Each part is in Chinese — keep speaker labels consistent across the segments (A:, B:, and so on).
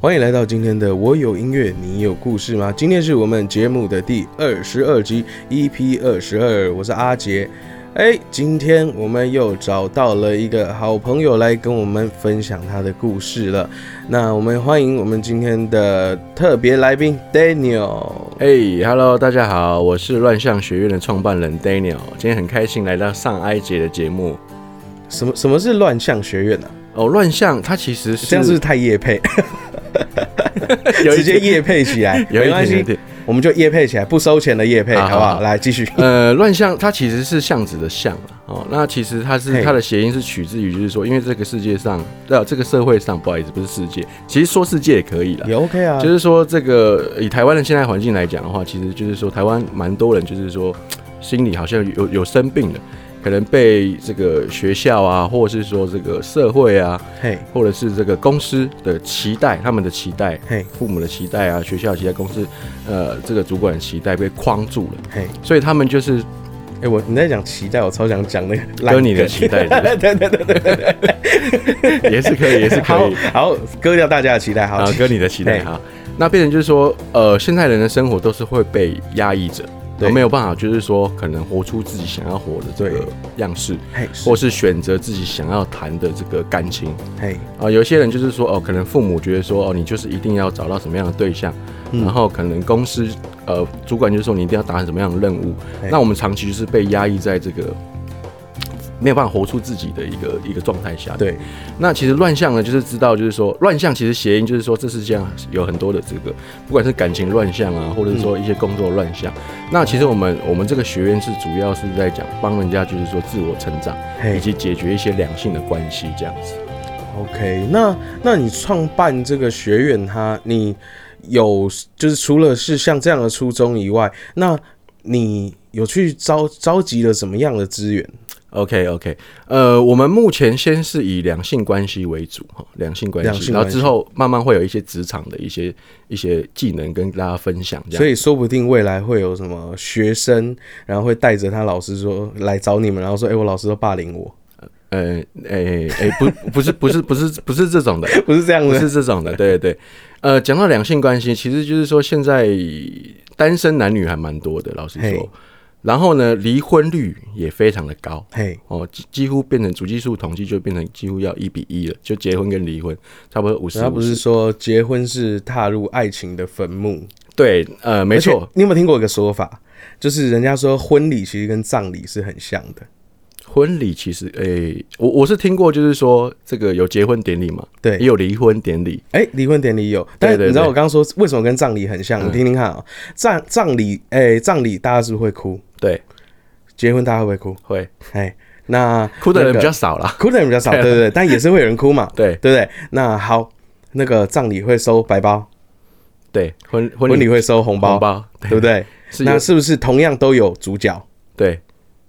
A: 欢迎来到今天的《我有音乐，你有故事》吗？今天是我们节目的第二十二集，EP 二十二，我是阿杰。哎，今天我们又找到了一个好朋友来跟我们分享他的故事了。那我们欢迎我们今天的特别来宾 Daniel。
B: 嘿、h e l l o 大家好，我是乱象学院的创办人 Daniel，今天很开心来到上埃及的节目。
A: 什么什么是乱象学院呢、啊？
B: 哦，乱象它其实是
A: 这样是不是太夜配，
B: 有
A: 直
B: 一
A: 接
B: 点，
A: 夜配起来，
B: 有一
A: 没关
B: 点有
A: 系，
B: 一点。
A: 我们就夜配起来，不收钱的夜配，
B: 好
A: 好不
B: 好
A: 好？
B: 好
A: 来继 续。
B: 呃，乱象它其实是巷子的巷啊，哦，那其实它
A: 嘿
B: 是它的谐音是取自于，就是说，因为这个世界上，呃，这个社会上，不好意思，不是世界，其实说世界也可以啦。
A: 也 OK 啊，
B: 就是说，这个以台湾的现在环境来讲的话，其实就是说，台湾蛮多人就是说，心里好像有有生病了，可能被这个学校啊，或者是说这个社会啊，
A: 嘿，
B: 或者是这个公司的期待，他们的期待
A: 嘿，
B: 父母的期待啊，学校的期待，公司呃这个主管的期待被框住了，
A: 嘿，
B: 所以他们就是
A: 哎、我你在讲期待，我超想讲那个烂
B: 割你的
A: 梗
B: 期待，是
A: 对对对对对，
B: 不是也是可以，也是可
A: 好
B: 以，
A: 好割掉大家的期待，好
B: 啊，，割你的期待
A: 嘿
B: 哈。那变成就是说，呃，现在人的生活都是会被压抑着，
A: 对
B: 没有办法，就是说可能活出自己想要活的这个
A: 对
B: 样式，
A: 嘿，
B: 或是选择自己想要谈的这个感情。
A: 嘿，
B: 啊、有些人就是说，哦，可能父母觉得说，哦，你就是一定要找到什么样的对象，
A: 嗯
B: 然后可能公司呃主管就是说你一定要达成什么样的任务
A: 哎，
B: 那我们长期就是被压抑在这个没有办法活出自己的一个一个状态下。，
A: 对，
B: 那其实乱象呢，就是知道就是说乱象其实谐音就是说这世界上有很多的这个，不管是感情乱象啊，或者是说一些工作乱象。那其实我们我们这个学院是主要是在讲帮人家就是说自我成长，以
A: 嘿
B: 及解决一些两性的关系这样子。
A: ，OK，那那你创办这个学院它，你有就是除了是像这样的初衷以外，那你有去召召集了什么样的资源？
B: OK OK，呃，我们目前先是以两性关系为主哈，两性关
A: 两
B: 系，
A: 性
B: 然后
A: 关系
B: 之后慢慢会有一些职场的一些一些技能跟大家分享，这
A: 所
B: 样。
A: 以说不定未来会有什么学生，然后会带着他老师说来找你们，然后说，哎、我老师都霸凌我，
B: 呃，诶、诶、不，不是，不是，不是，不是这种的，
A: 不是这样
B: 不
A: 的，
B: 是这种的，对对。呃，讲到两性关系，其实就是说现在单身男女还蛮多的，老实
A: 嘿
B: 说。然后呢，离婚率也非常的高。
A: 嘿，
B: 哦，几几乎变成主计数统计就变成几乎要一比一了，就结婚跟离婚差不多五十。
A: 他不是说结婚是踏入爱情的坟墓？
B: 对，呃，没
A: 而
B: 错
A: 且，你有没有听过一个说法？就是人家说婚礼其实跟葬礼是很像的，
B: 婚礼其实，诶、我我是听过，就是说这个有结婚典礼嘛，
A: 对
B: 也有离婚典礼，
A: 哎、离婚典礼有，但是
B: 对对
A: 你知道
B: 对嗯
A: 我刚刚说为什么跟葬礼很像？你听听看啊、葬葬礼，哎、葬礼大家是不是会哭？
B: 对，
A: 结婚大家会不会哭？
B: 会
A: 哎、那
B: 哭的
A: 那
B: 人
A: 个
B: 比较少啦。
A: 哭的人比较少，对对对，但也是会有人哭嘛，
B: 对
A: 对不对？那好，那个葬礼会收白包，
B: 对，婚婚
A: 婚礼
B: 礼
A: 会收红包，
B: 红包，对
A: 对不对？
B: 是有
A: 那是不是同样都有主角？
B: 对。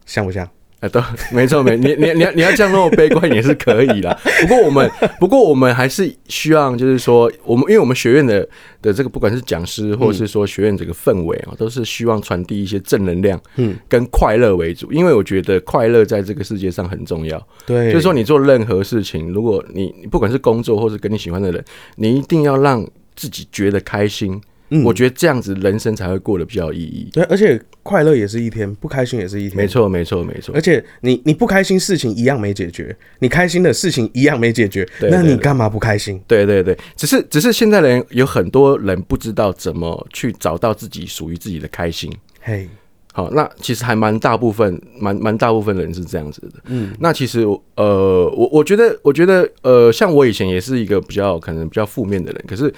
A: 像不像？
B: 啊，都没错，没你你你要你要这样那么悲观也是可以啦。不过我们不过我们还是希望就是说，我们因为我们学院的的这个不管是讲师或者是说学院整个氛围啊、都是希望传递一些正能量，
A: 嗯，
B: 跟快乐为主。因为我觉得快乐在这个世界上很重要。
A: 对，
B: 就是说，你做任何事情，如果你你不管是工作或是跟你喜欢的人，你一定要让自己觉得开心。
A: 嗯
B: 我觉得这样子人生才会过得比较有意义。
A: 对，而且快乐也是一天，不开心也是一天，
B: 没。错，没错，没错
A: 而。且你你不开心事情一样没解决，你开心的事情一样没解决，
B: 对
A: 那
B: 对
A: 你
B: 对
A: 干嘛不开心？
B: 对对对，只是只是现在人有很多人不知道怎么去找到自己属于自己的开心。
A: 嘿，
B: 好，那其实还蛮大部分，蛮蛮大部分人是这样子的。嗯，那其实我呃，我我觉得，我觉得呃，像我以前也是一个比较可能比较负面的人，可是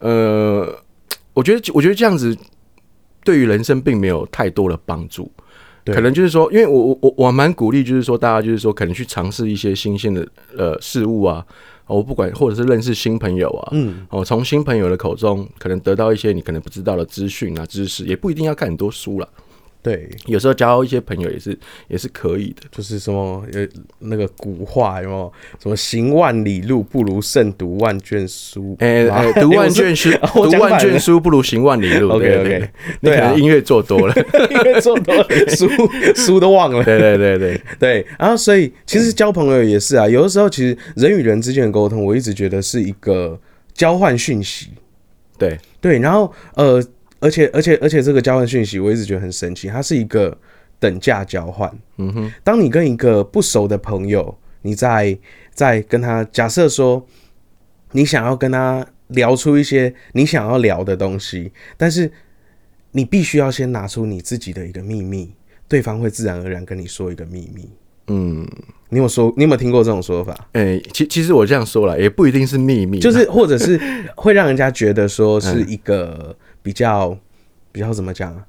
B: 呃，我觉得我觉得这样子对于人生并没有太多的帮助。
A: 对
B: 可能就是说，因为我我我我蛮鼓励，就是说大家就是说，可能去尝试一些新鲜的呃事物啊，哦，不管或者是认识新朋友啊，
A: 嗯，
B: 哦，从新朋友的口中可能得到一些你可能不知道的资讯啊、知识，也不一定要看很多书啦。
A: 对，
B: 有时候交一些朋友也是也是可以的。
A: 就是什么呃那个古话有没有？什么行万里路不如胜读万卷书？
B: 哎、
A: 哇
B: 哎，读
A: 我
B: 万
A: 是
B: 卷书，
A: 我
B: 读
A: 讲反
B: 万卷
A: 了
B: 书不如行万里路。
A: OK，
B: 对对
A: OK
B: 对你
A: 对
B: 可
A: 啊
B: 能音乐做多了。
A: 因为做多了书书都忘了。
B: 对对对对，
A: 对，然后所以其实交朋友也是啊，有的时候其实人与人之间的沟通，我一直觉得是一个交换讯息，
B: 对，
A: 对，然后呃，而且而且而且这个交换讯息，我一直觉得很神奇，它是一个等价交换。
B: 嗯哼，
A: 当你跟一个不熟的朋友，你在在跟他假设说，你想要跟他聊出一些你想要聊的东西，但是你必须要先拿出你自己的一个秘密，对方会自然而然跟你说一个秘密。
B: 嗯，
A: 你有说，你有没有听过这种说法？
B: 诶、其其实我这样说了，也不一定是秘密，
A: 就是或者 是会让人家觉得说是
B: 嗯
A: 一个比较比较怎么讲啊，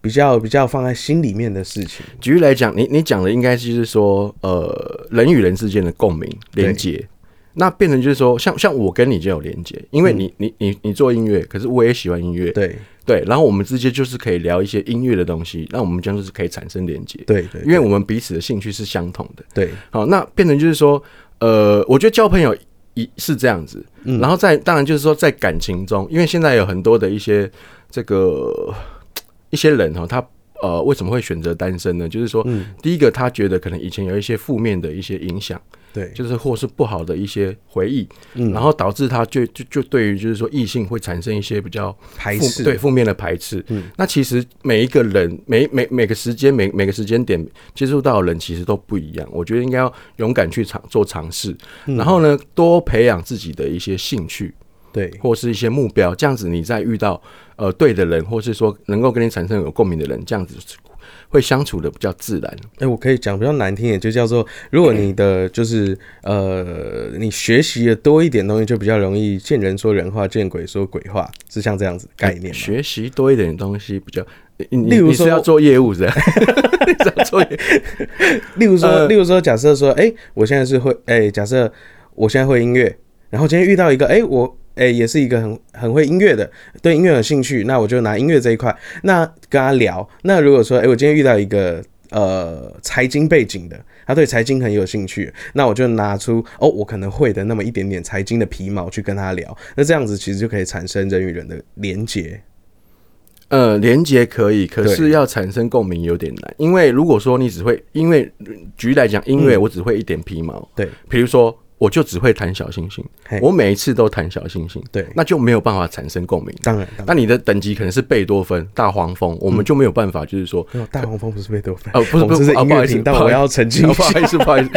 A: 比较比较放在心里面的事情。
B: 举例来讲，你你讲的应该就是说，呃，人与人之间的共鸣连接，那变成就是说，像像我跟你就有连接，因为你、你你你做音乐，可是我也喜欢音乐，
A: 对
B: 对，然后我们之间就是可以聊一些音乐的东西，那我们将就是可以产生连接，
A: 对对
B: 因为我们彼此的兴趣是相同的。
A: 对，
B: 好，那变成就是说，呃，我觉得交朋友一是这样子，然后在当然就是说在感情中，因为现在有很多的一些这个一些人哈，他呃为什么会选择单身呢？就是说，第一个他觉得可能以前有一些负面的一些影响，
A: 对
B: 就是或是不好的一些回忆，
A: 嗯
B: 然后导致他就就就对于就是说异性会产生一些比较
A: 排
B: 负
A: 斥嗯
B: 对负面的排斥。那其实每一个人每每每个时间每每个时间点接触到的人其实都不一样，我觉得应该要勇敢去尝做尝试，
A: 嗯
B: 然后呢多培养自己的一些兴趣。
A: 对
B: 或是一些目标，这样子你再遇到呃对的人，或是说能够跟你产生有共鸣的人，这样子会相处的比较自然。
A: 哎、我可以讲比较难听一点，就叫做，如果你
B: 嗯
A: 的就是呃，你学习的多一点东西，就比较容易见人说人话，见鬼说鬼话，是像这样子的概念吗？
B: 学习多一点东西比较，你你
A: 例如
B: 你是
A: 说
B: 要做业务的， 你是要做业
A: 例如说，
B: 呃
A: 例如说，假设说，哎、我现在是会，哎、假设我现在会音乐，然后今天遇到一个，哎、我，哎、也是一个很很会音乐的，对音乐有兴趣，那我就拿音乐这一块，那跟他聊。那如果说，哎、我今天遇到一个呃财经背景的，他对财经很有兴趣，那我就拿出哦，我可能会的那么一点点财经的皮毛去跟他聊，那这样子其实就可以产生人与人的连结。
B: 呃，连接可以，可
A: 对
B: 是要产生共鸣有点难，因为如果说你只会，因为举例来讲，音
A: 嗯
B: 乐我只会一点皮毛，
A: 对
B: 比如说我就只会弹小星星
A: 嘿，
B: 我每一次都弹小星星，
A: 对
B: 那就没有办法产生共鸣。
A: 当然，当然，
B: 那你的等级可能是贝多芬、大黄蜂，我们就没有办法，就是说，
A: 没有大黄蜂不是贝多芬，
B: 呃哦，不是
A: 我们
B: 不
A: 这
B: 是，
A: 是
B: 啊
A: 音
B: 不好
A: 乐
B: 意思，
A: 频
B: 不
A: 道，
B: 好
A: 我
B: 意思
A: 要澄清
B: 啊
A: 一
B: 不
A: 下
B: 好。意思，不 好意思，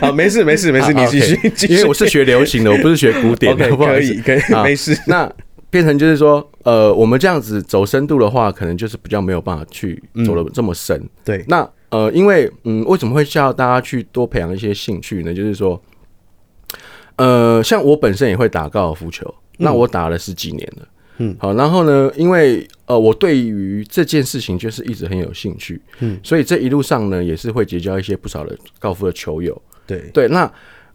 A: 好，没事没事没事，你
B: 啊
A: 继续
B: ，OK，
A: 继续。
B: 因为我是学流行的，我不是学古典的，
A: OK，
B: 不好
A: 可
B: 意思
A: 以可以，
B: 啊
A: 没事。
B: 那变成就是说，呃，我们这样子走深度的话，可能就是比较没有办法去走的这么深。
A: 对，
B: 那呃，因为嗯，为什么会叫大家去多培养一些兴趣呢？就是说，呃，像我本身也会打高尔夫球，那我打了十几年了。
A: 嗯，
B: 好，然后呢，因为呃，我对于这件事情就是一直很有兴趣，嗯，所以这一路上呢，也是会结交一些不少的高尔夫的球友，
A: 对
B: 对，那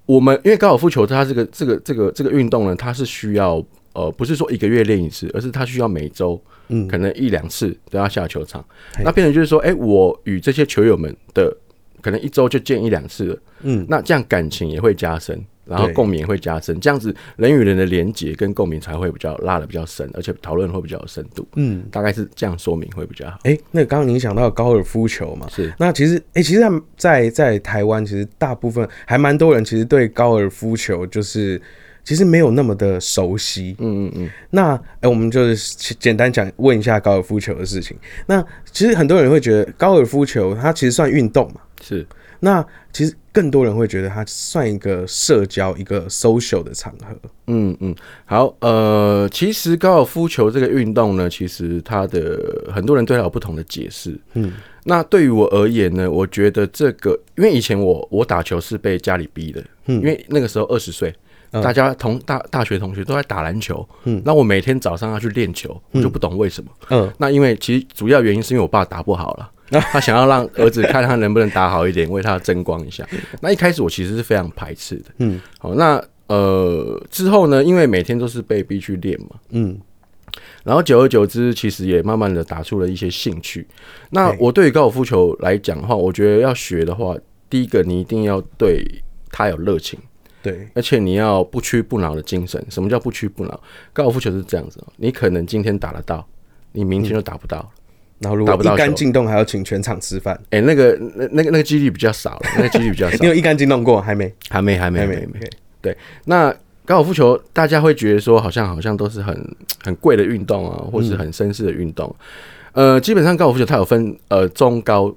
B: 我们因为高尔夫球它这个这个这个这个运动呢，它是需要呃不是说一个月练一次，而是它需要每周
A: 嗯
B: 可能一两次都要下球场。
A: 嘿
B: 那变成就是说，哎、我与这些球友们的可能一周就见一两次了，
A: 嗯，
B: 那这样感情也会加深。然后
A: 对
B: 共鸣也会加深，这样子人与人的连结跟共鸣才会比较拉的比较深，而且讨论会比较有深度。
A: 嗯，
B: 大概是这样说明会比较好。
A: 哎，那刚刚您讲到高尔夫球嘛，
B: 是
A: 那其实哎，其实在在在台湾，其实大部分还蛮多人其实对高尔夫球就是其实没有那么的熟悉。
B: 嗯嗯嗯，
A: 那哎，我们就是简简单讲问一下高尔夫球的事情。那其实很多人会觉得高尔夫球它其实算运动嘛，
B: 是
A: 那其实更多人会觉得它算一个社交、一个 social 的场合。
B: 嗯嗯，好，呃，其实高尔夫球这个运动呢，其实它的很多人对它有不同的解释。
A: 嗯，
B: 那对于我而言呢，我觉得这个，因为以前我我打球是被家里逼的，
A: 嗯
B: 因为那个时候二十岁，
A: 嗯
B: 大家同大大学同学都在打篮球，嗯，那我每天早上要去练球，我就不懂为什么。
A: 嗯，
B: 那因为其实主要原因是因为我爸打不好了。 他想要让儿子看他能不能打好一点，为他争光 一下。那一开始我其实是非常排斥的，
A: 嗯，
B: 好，那呃之后呢，因为每天都是被逼去练嘛，
A: 嗯，
B: 然后久而久之，其实也慢慢的打出了一些兴趣。那
A: 对
B: 我对于高尔夫球来讲的话，我觉得要学的话，第一个你一定要对它有热情。
A: 对，
B: 而且你要不屈不挠的精神。什么叫不屈不挠？高尔夫球是这样子、哦，你可能今天打得到，你明天就打不到。
A: 然后如
B: 打
A: 果
B: 不到
A: 一杆
B: 球
A: 进洞，还要请全场吃饭。
B: 哎、那个那那个那个 几率比较少了，那个几率比较少
A: 你，有一杆进洞过还没？
B: 啊还没还没
A: 还
B: 还
A: 没
B: 没还没
A: ，OK。
B: 对，那高尔夫球大家会觉得说好像好像都是很很贵的运动
A: 嗯
B: 啊，或是很绅士的运动。呃，基本上高尔夫球它有分呃中高，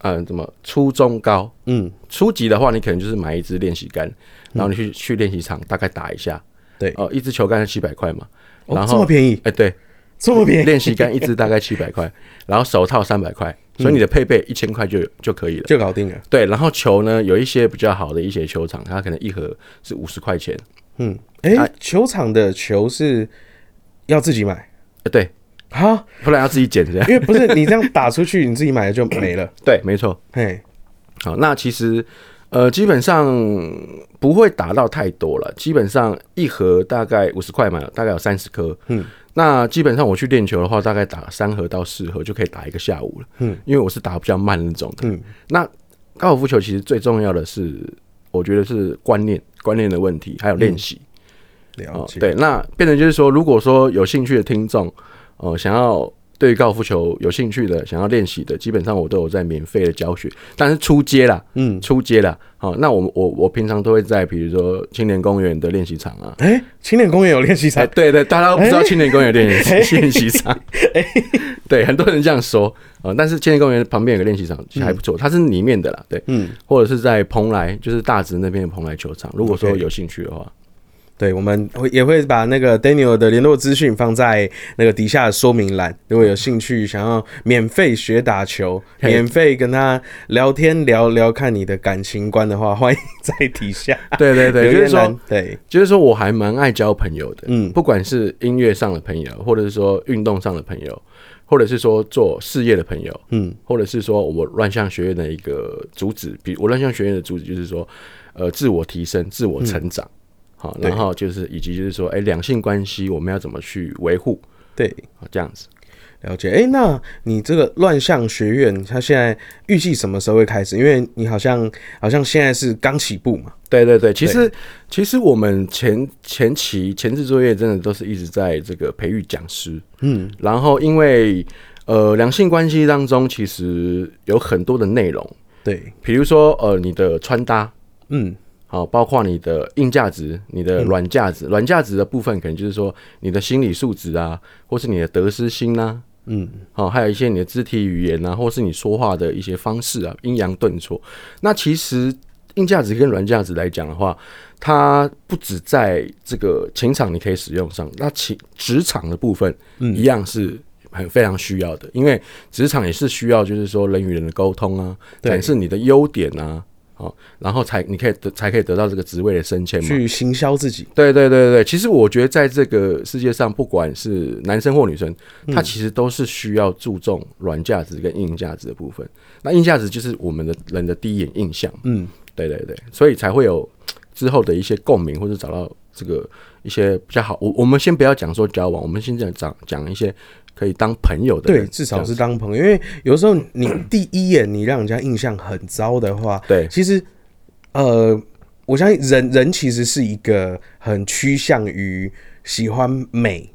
B: 呃怎么初中高。
A: 嗯，
B: 初级的话，你可能就是买一支练习杆，然后你去、去练习场大概打一下。
A: 对
B: 哦、一支球杆是七百块嘛，
A: 哦
B: 然
A: 这
B: 后
A: 么
B: 哎、
A: 便宜，
B: 对，
A: 这么便宜
B: 练习杆一支大概七百 块，然后手套三百块，
A: 嗯
B: 所以你的配备一千块就就可以了。
A: 就搞定了。
B: 对，然后球呢，有一些比较好的一些球场，它可能一盒是五十块钱。
A: 嗯，哎、
B: 啊
A: 球场的球是要自己买
B: 呃，对，
A: 啊，
B: 后来要自己捡这样。
A: 因为不是你这样打出去，你自己买了就没了。
B: 对，没错。
A: 嘿，
B: 好，那其实呃，基本上不会打到太多了，基本上一盒大概五十块嘛，大概有三十颗。嗯，那基本上我去练球的话，大概打三盒到四盒就可以打一个下午了。嗯，因为我是打比较慢那种的。嗯，那高尔夫球其实最重要的是，我觉得是观念观念的问题，还有练习。
A: 了
B: 哦
A: 解。，
B: 对，那变成就是说，如果说有兴趣的听众，呃，想要对高尔夫球有兴趣的，想要练习的，基本上我都有在免费的教学，但是初阶啦，
A: 嗯，
B: 初阶啦。好、那我我我平常都会在比如说青年公园的练习场啊。
A: 哎、青年公园有练习
B: 哎、
A: 场，
B: 对对，大家都不知道青年公园的练习、
A: 哎
B: 练习场，对，很多人这样说啊、呃但是青年公园旁边有个练习场，其实还不错，它是里面的啦，对，
A: 嗯，
B: 或者是在蓬莱，就是大直那边的蓬莱球场。如果说
A: OK
B: 有兴趣的话，
A: 对，我们会也会把那个 Daniel 的联络资讯放在那个底下的说明栏，如果有兴趣想要免费学打球，
B: 嘿
A: 免费跟他聊天聊聊看你的感情观的话，欢迎在底下
B: 对对对，
A: 留
B: 就是
A: 言
B: 说
A: 栏。对，
B: 就是说我还蛮爱交朋友的，
A: 嗯
B: 不管是音乐上的朋友，或者是说运动上的朋友，或者是说做事业的朋友，
A: 嗯，
B: 或者是说我乱象学院的一个主旨，比我乱象学院的主旨就是说，呃，自我提升、自我成长，好，
A: 嗯对
B: 然后就是以及就是说，哎、两性关系我们要怎么去维护，
A: 对，
B: 好这样子。
A: 了解。哎、那你这个乱象学院，它现在预计什么时候会开始？因为你好像好像现在是刚起步嘛。
B: 对对对，其实其实我们前前期前置作业真的都是一直在这个培育讲师，嗯，然后因为呃两性关系当中其实有很多的内容，
A: 对，
B: 比如说呃你的穿搭，
A: 嗯，
B: 好、包括你的硬价值、你的软价值，软价值的部分可能就是说你的心理素质啊，或是你的得失心啊，
A: 嗯，
B: 好、还有一些你的肢体语言啊，或是你说话的一些方式啊，阴阳顿挫。那其实硬价值跟软价值来讲的话，它不止在这个情场你可以使用上，那情职场的部分一样是很非常需要的，因为职场也是需要就是说人与人的沟通啊，
A: 对
B: 展示你的优点啊，哦，然后才你可以得才可以得到这个职位的升迁嘛。
A: 去行销自己。
B: 对对对对，其实我觉得在这个世界上，不管是男生或女生，
A: 嗯
B: 他其实都是需要注重软价值跟硬价值的部分。那硬价值就是我们的人的第一眼印象，
A: 嗯，
B: 对对对，所以才会有之后的一些共鸣，或者找到这个一些比较好。我我们先不要讲说交往，我们先讲讲讲一些可以当朋友的
A: 对，
B: 人，
A: 至少是当朋友，因为有时候你第一眼你让人家印象很糟的话，
B: 对
A: 其实呃，我相信人人其实是一个很趋向于喜欢美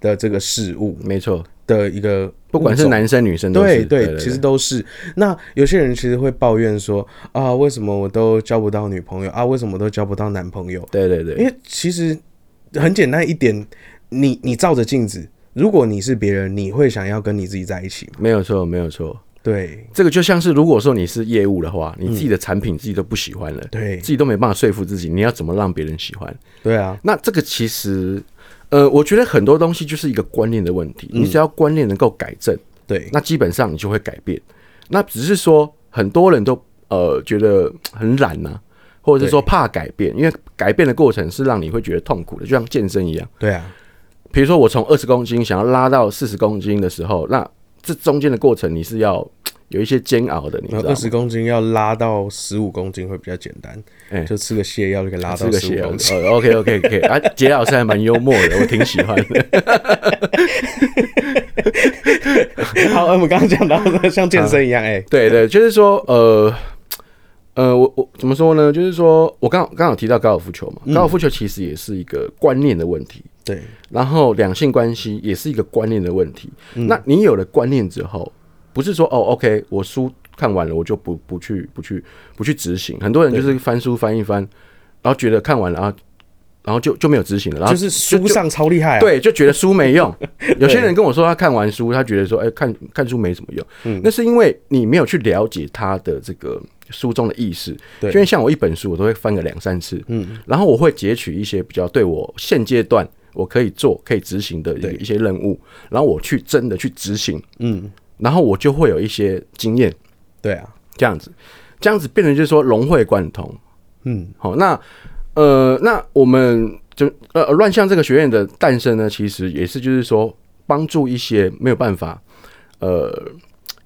A: 的这个事物
B: 没错，
A: 的一个，
B: 不管是。男生女生都
A: 对
B: 是
A: 对，其实都是。那有些人其实会抱怨说啊，为什么我都交不到女朋友啊？为什么我都交不到男朋友？
B: 对对对
A: 因为其实很简单一点，你你照着镜子，如果你是别人，你会想要跟你自己在一起吗？
B: 没有错没有错。
A: 对
B: 这个就像是如果说你是业务的话，你自己的产品自己都不喜欢了，
A: 嗯对
B: 自己都没办法说服自己，你要怎么让别人喜欢？
A: 对啊，
B: 那这个其实，呃，我觉得很多东西就是一个观念的问题，你只要观念能够改正，
A: 嗯对，
B: 那基本上你就会改变。那只是说很多人都呃觉得嗯很懒呐、或者是说怕改变，因为改变的过程是让你会觉得痛苦的，就像健身一样。
A: 对啊，
B: 比如说我从二十公斤想要拉到四十公斤的时候，那这中间的过程你是要有一些煎熬的，你知道
A: 二
B: 吗？
A: 十公斤要拉到十五公斤会比较简单，
B: 哎
A: 就吃个泻药就可以拉
B: 这
A: 到
B: 个
A: 十
B: 写
A: 五
B: 哦
A: 公斤。
B: ，OK OK OK，啊， 杰老师还蛮幽默的，我挺喜欢的。
A: 好，我们刚刚讲到的像健身一样，哎，
B: 对对，就是说，呃，呃，我我怎么说呢？就是说我刚刚刚有提到高尔夫球
A: 嗯
B: 嘛，高尔夫球其实也是一个观念的问题，
A: 对，
B: 然后两性关系也是一个观念的问题。
A: 嗯
B: 那你有了观念之后，不是说哦，OK，我书看完了我就不不去不去不去执行，很多人就是翻书翻一翻，然后觉得看完了啊。然后就啊就没有执行了，然后
A: 就是书上超厉害、啊，，
B: 对，就觉得书没 用。有些人跟我说，他看完书，他觉得说，哎、看看书没什么用。
A: 嗯
B: 那是因为你没有去了解他的这个书中的意思。
A: 对
B: 就像我一本书，我都会翻个两三次，嗯，然后我会截取一些比较对我现阶段我可以做、可以执行的一个一些任务，然后我去真的去执行，
A: 嗯，
B: 然后我就会有一些经验，
A: 对啊，
B: 这样子，这样子变成就是说融会贯通。
A: 嗯，
B: 好，那呃，那我们就呃乱象这个学院的诞生呢，其实也是就是说帮助一些没有办法呃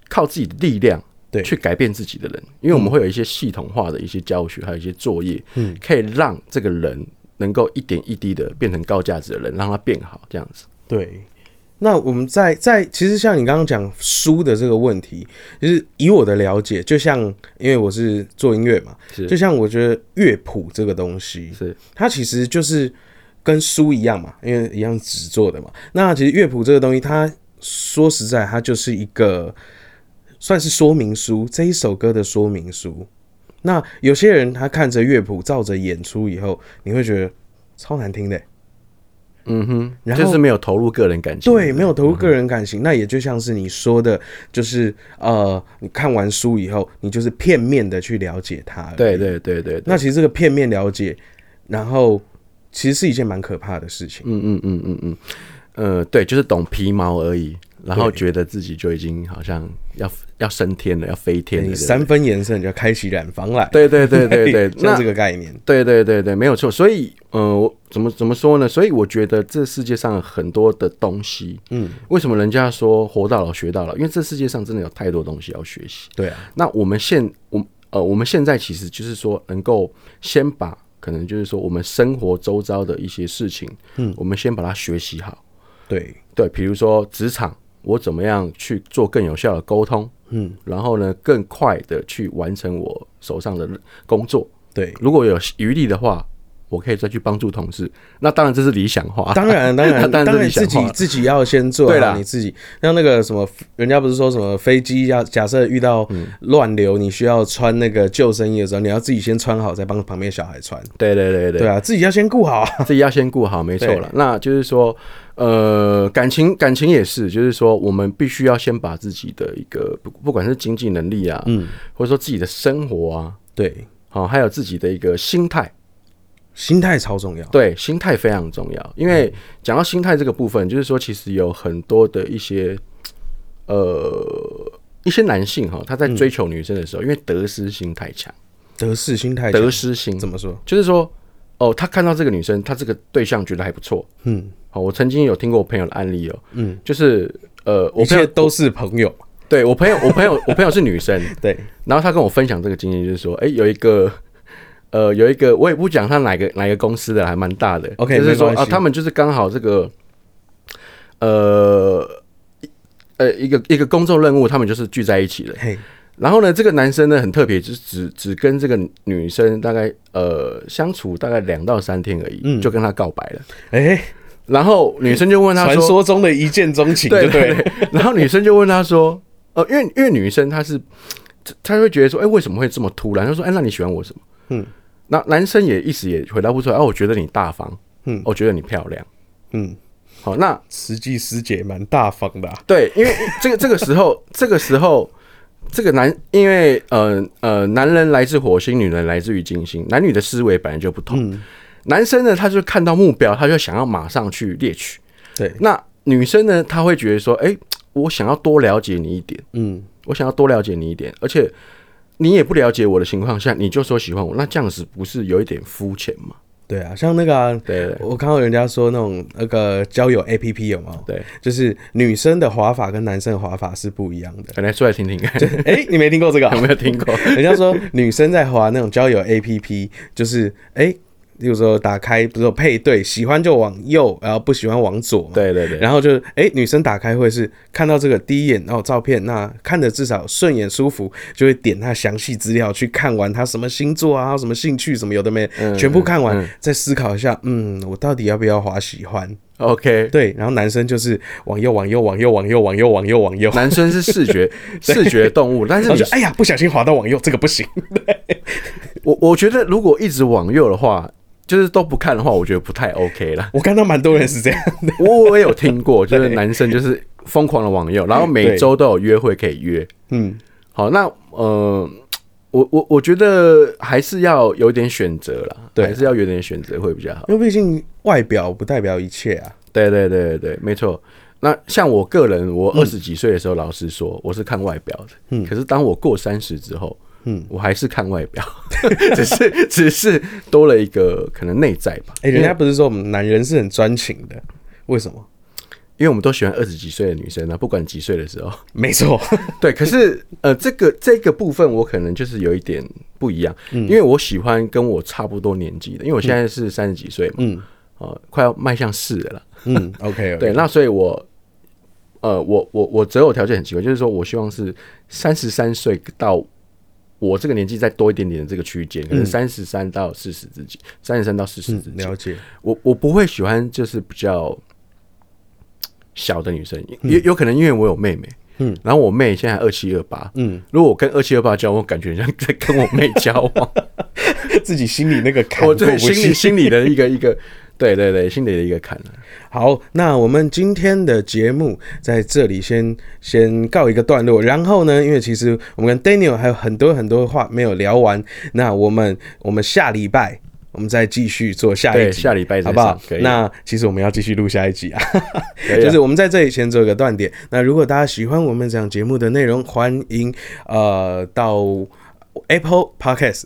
B: 靠自己的力量。
A: 对
B: 去改变自己的人，因为我们会有一些系统化的一些教学，还有一些作业，嗯，可以让这个人能够一点一滴的变成高价值的人，让他变好，这样子。
A: 对。那我们在在其实像你刚刚讲书的这个问题，就是以我的了解，就像因为我是做音乐嘛，
B: 是
A: 就像我觉得乐谱这个东西，
B: 是
A: 它其实就是跟书一样嘛，因为一样纸做的嘛。那其实乐谱这个东西，它说实在，它就是一个算是说明书，这一首歌的说明书。那有些人他看着乐谱照着演出以后，你会觉得超难听的欸、
B: 嗯哼，
A: 然后
B: 就是没有投入个人感情，嗯
A: 对，没有投入个人感情，那也就像是你说的，就是呃，你看完书以后，你就是片面的去了解它。
B: 对，对对对对，
A: 那其实这个片面了解，然后其实是一件蛮可怕的事情。
B: 嗯嗯嗯嗯嗯，呃，对，就是懂皮毛而已，然后觉得自己就已经好像要要升天了，要飞天了
A: 你
B: 对不
A: 三分颜色，你就要开启染坊来。，
B: 对。对对对对那
A: 像这个概念。
B: 对对对对，没有错。所以，呃，我怎么怎么说呢？所以我觉得这世界上很多的东西，嗯，为什么人家说活到老学到老？因为这世界上真的有太多东西要学习。
A: 对啊，
B: 那我们现我呃，我们现在其实就是说，能够先把可能就是说我们生活周遭的一些事情，嗯，我们先把它学习好。
A: 对
B: 对，比如说职场，我怎么样去做更有效的沟通，嗯，然后呢，更快的去完成我手上的工作。
A: 对，
B: 如果有余力的话，我可以再去帮助同事。那当然这是理想化，
A: 当然当然
B: 当
A: 当
B: 然这是
A: 然
B: 理想
A: 自己
B: 化。
A: 自己要先做
B: 对
A: 好
B: 啦
A: 你自己像那个什么，人家不是说什么飞机要假设遇到
B: 嗯
A: 乱流，你需要穿那个救生衣的时候，你要自己先穿好，再帮旁边小孩穿。
B: 对对对对
A: 对啊，自己要先顾好啊。
B: 自己要先顾好，没错
A: 对
B: 了。那就是说，呃，感情感情也是，就是说，我们必须要先把自己的一个不不管是经济能力啊，嗯，或者说自己的生活啊，
A: 对，
B: 好、还有自己的一个心态，
A: 心态超重要。
B: 对，心态非常重要。因
A: 嗯
B: 为讲到心态这个部分，就是说，其实有很多的一些，呃，一些男性哈，他在
A: 嗯
B: 追求女生的时候，因为得失心太强，
A: 得失心态强，
B: 得失心
A: 怎么说？
B: 就是说，哦，他看到这个女生，他这个对象觉得还不错。
A: 嗯，
B: 好、我曾经有听过我朋友的案例哦，嗯，就是呃，我
A: 一
B: 朋
A: 切
B: 友
A: 都是朋友。
B: 对我朋友，我朋友，我朋友是女生，
A: 对，
B: 然后他跟我分享这个经验，就是说，哎、有一个， 呃，有一个，我也不讲他哪个哪个公司的，还蛮大的。
A: OK，
B: 就是说
A: 没关系
B: 啊，他们就是刚好这个，呃，呃，一个一个工作任务，他们就是聚在一起了。
A: 嘿，
B: 然后呢，这个男生呢很特别，就是只只跟这个女生大概呃相处大概两到三天而已，
A: 嗯
B: 就跟他告白了。
A: 哎，
B: 然后女生就问他
A: 传
B: 说
A: 说中的一见钟情，
B: 对
A: 对
B: 对
A: 了
B: 对。然后女生就问他说：“呃，因为因为女生她是，她她会觉得说，哎、为什么会这么突然？”她说：“哎、那你喜欢我什么？”嗯，那男生也一时也回答不出来。哦、我觉得你大方，嗯，我觉得你漂亮，
A: 嗯。
B: 好，那
A: 实际师姐蛮大方的啊、
B: 对，因为这个这个时候， 这个时候，这个男，因为呃呃，男人来自火星，女人来自于金星，男女的思维本来就不同。男生呢，他就看到目标，他就想要马上去猎取。
A: 对，
B: 那女生呢，她会觉得说，哎、我想要多了解你一点，
A: 嗯，
B: 我想要多了解你一点，而且你也不了解我的情况下，你就说喜欢我，那这样子不是有一点肤浅吗？
A: 对啊，像那个啊、
B: 对对
A: 我看到人家说那种那个交友 A P P 有没有？
B: 对，
A: 就是女生的滑法跟男生的滑法是不一样的。
B: 本来说来听听看，有
A: 哎、你没听过这个啊、
B: 没有听过？
A: 人家说女生在滑那种交友 A P P，就是哎，例如说打开，比如说配对，喜欢就往右，然后不喜欢往左嘛。
B: 对对对，
A: 然后就是，哎，女生打开会是看到这个第一眼哦照片，那看着至少顺眼舒服，就会点她详细资料去看完她什么星座啊、什么兴趣什么有的没的，全部看完、再思考一下，嗯，我到底要不要滑喜欢？
B: OK，
A: 对，然后男生就是往右往右往右往右往右往右往右，
B: 男生是 视觉视觉动物，但是
A: 然后
B: 你
A: 就哎呀不小心滑到往右，这个不行。
B: 我我觉得如果一直往右的话，就是都不看的话，我觉得不太 OK 啦。
A: 我看到蛮多人是这样的，
B: 我我也有听过，就是男生就是疯狂的网友，然后每周都有约会可以约。
A: 嗯，
B: 好，那呃，我我我觉得还是要有点选择啦，
A: 对
B: 还是要有点选择会比较好。
A: 因为毕竟外表不代表一切啊。
B: 对对对对对，没错。那像我个人，我二十几岁的时候，老实说，我是看外表的。嗯，可是当我过三十之后，嗯，我还是看外表， 只是只是多了一个可能内在吧。
A: 哎、人家不是说我们男人是很专情的，为什么？
B: 因为我们都喜欢二十几岁的女生啊，不管几岁的时 候。
A: 没错，
B: 对，可是呃，这个这个部分我可能就是有一点不一样，因为我喜欢跟我差不多年纪的，因为我现在是三十几岁嘛，嗯，呃，快要迈向四了啦。
A: 嗯，OK，,
B: 对，那所以我，呃，我我我择偶条件很奇怪，就是说我希望是三十三岁到我这个年纪再多一点点的这个区间，可能三十三到四十之间，三十三到四十之间，
A: 嗯了解，
B: 我我不会喜欢就是比较小的女生，
A: 嗯
B: 有有可能因为我有妹妹。嗯，然后我妹现在二七二八，嗯，如果我跟二七二八交往，我感觉很像在跟我妹交 往，
A: 自己心里那个坎过
B: 我
A: 不
B: 对心
A: 去
B: 里。 心里的一个一个，对对对，心里的一个坎啊
A: 好，那我们今天的节目在这里先先告一个段落。然后呢，因为其实我们跟 Daniel 还有很多很多话没有聊完，那我们我们下礼拜我们再继续做下一
B: 对，
A: 集，
B: 下礼拜再
A: 好不好
B: 上可？以啊
A: 那其实我们要继续录下一集啊，
B: 可以 啊
A: 就是我们在这里先做一个断点。那如果大家喜欢我们这样节目的内容，欢迎呃到 Apple Podcast，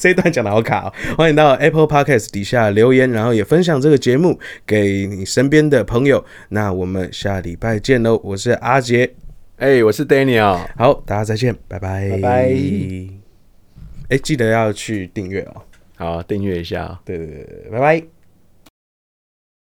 A: 这 一段讲的好卡、哦，欢迎到 Apple Podcast 底下留言，然后也分享这个节目给你身边的朋友。那我们下礼拜见喽，我是阿杰，
B: 哎、我是 Daniel，
A: 好，大家再见，拜拜，
B: 拜拜
A: 哎、记得要去订阅哦，
B: 好，订阅一下、哦。
A: 对对对，对拜拜。